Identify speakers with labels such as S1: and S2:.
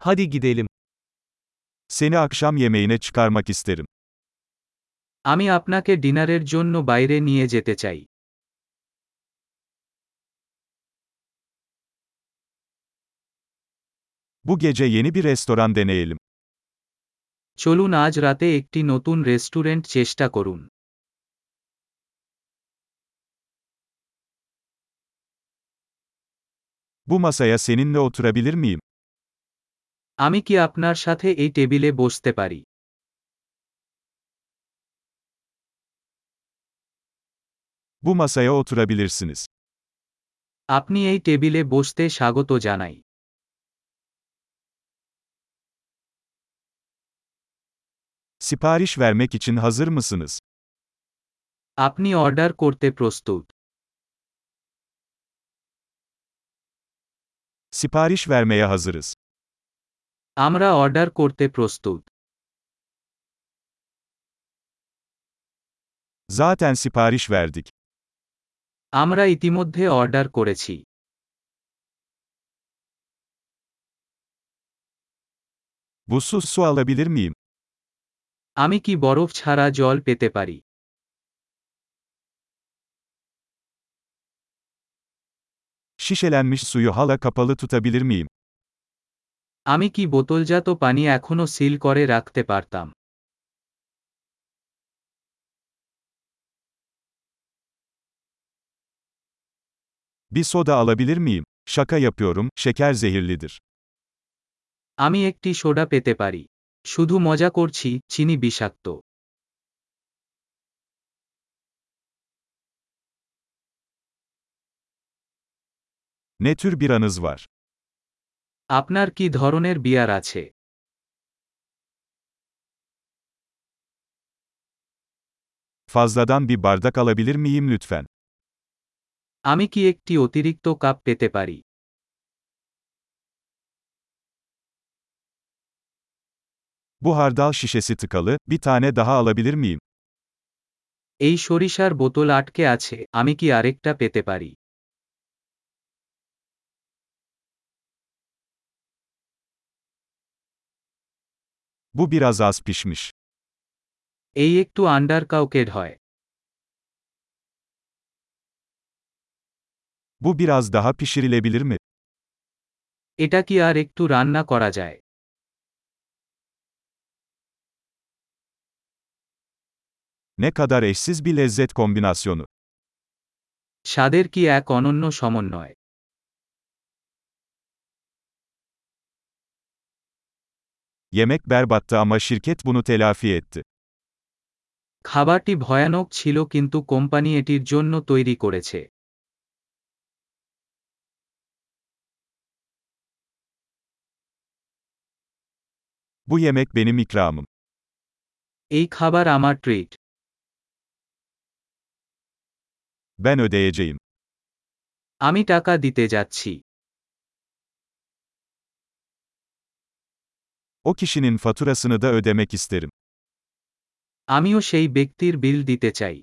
S1: Hadi gidelim.
S2: Seni akşam yemeğine çıkarmak isterim.
S1: আমি আপনাকে ডিনারের জন্য বাইরে নিয়ে যেতে চাই
S2: Bu gece yeni bir restoran deneyelim.
S1: চলুন আজ রাতে একটি নতুন রেস্টুরেন্ট চেষ্টা করুন
S2: Bu masaya seninle oturabilir miyim?
S1: আমি কি আপনার সাথে এই টেবিলে বসতে পারি
S2: Bu masaya oturabilirsiniz.
S1: আপনি এই টেবিলে বসতে স্বাগত জানাই
S2: Sipariş vermek için hazır mısınız?
S1: আপনি অর্ডার করতে প্রস্তুত
S2: Sipariş vermeye hazırız.
S1: আমরা অর্ডার করতে প্রস্তুত
S2: Zaten sipariş verdik.
S1: আমরা ইতিমধ্যে অর্ডার করেছি
S2: Buzsuz su alabilir miyim?
S1: আমি কি বরফ ছাড়া জল পেতে পারি
S2: Şişelenmiş suyu hala kapalı tutabilir miyim?
S1: আমি কি বোতলজাত পানি এখনও সিল করে রাখতে পারতাম
S2: Bir soda alabilir miyim? Şaka yapıyorum, şeker zehirlidir.
S1: আমি একটি সোডা পেতে পারি শুধু মজা করছি চিনি বিষাক্ত
S2: Ne tür bir anız var?
S1: আপনার কি ধরনের বিয়ার আছে
S2: Fazladan bir bardak alabilir miyim lütfen?
S1: আমি কি একটি অতিরিক্ত কাপ পেতে পারি
S2: Bu hardal şişesi tıkalı, bir tane daha alabilir miyim?
S1: এই সরিষার বোতল আটকে আছে আমি কি আরেকটা পেতে পারি
S2: Bu biraz az pişmiş.
S1: এই একটু আন্ডার কাউকেড হয়
S2: Bu biraz daha pişirilebilir mi?
S1: এটা কি আর একটু রান্না করা যায়
S2: Ne kadar eşsiz bir lezzet kombinasyonu.
S1: স্বাদের কি এক অনন্য সমন্বয়
S2: Yemek berbattı ama şirket bunu telafi etti.
S1: খাবারটি ভয়ানক ছিল কিন্তু কোম্পানি এটির জন্য তৈরি করেছে
S2: Bu yemek benim ikramım.
S1: এই খাবার আমার ট্রিট
S2: Ben ödeyeceğim.
S1: আমি টাকা দিতে যাচ্ছি
S2: O kişinin faturasını da ödemek isterim.
S1: আমিও সেই ব্যক্তির বিল দিতে চাই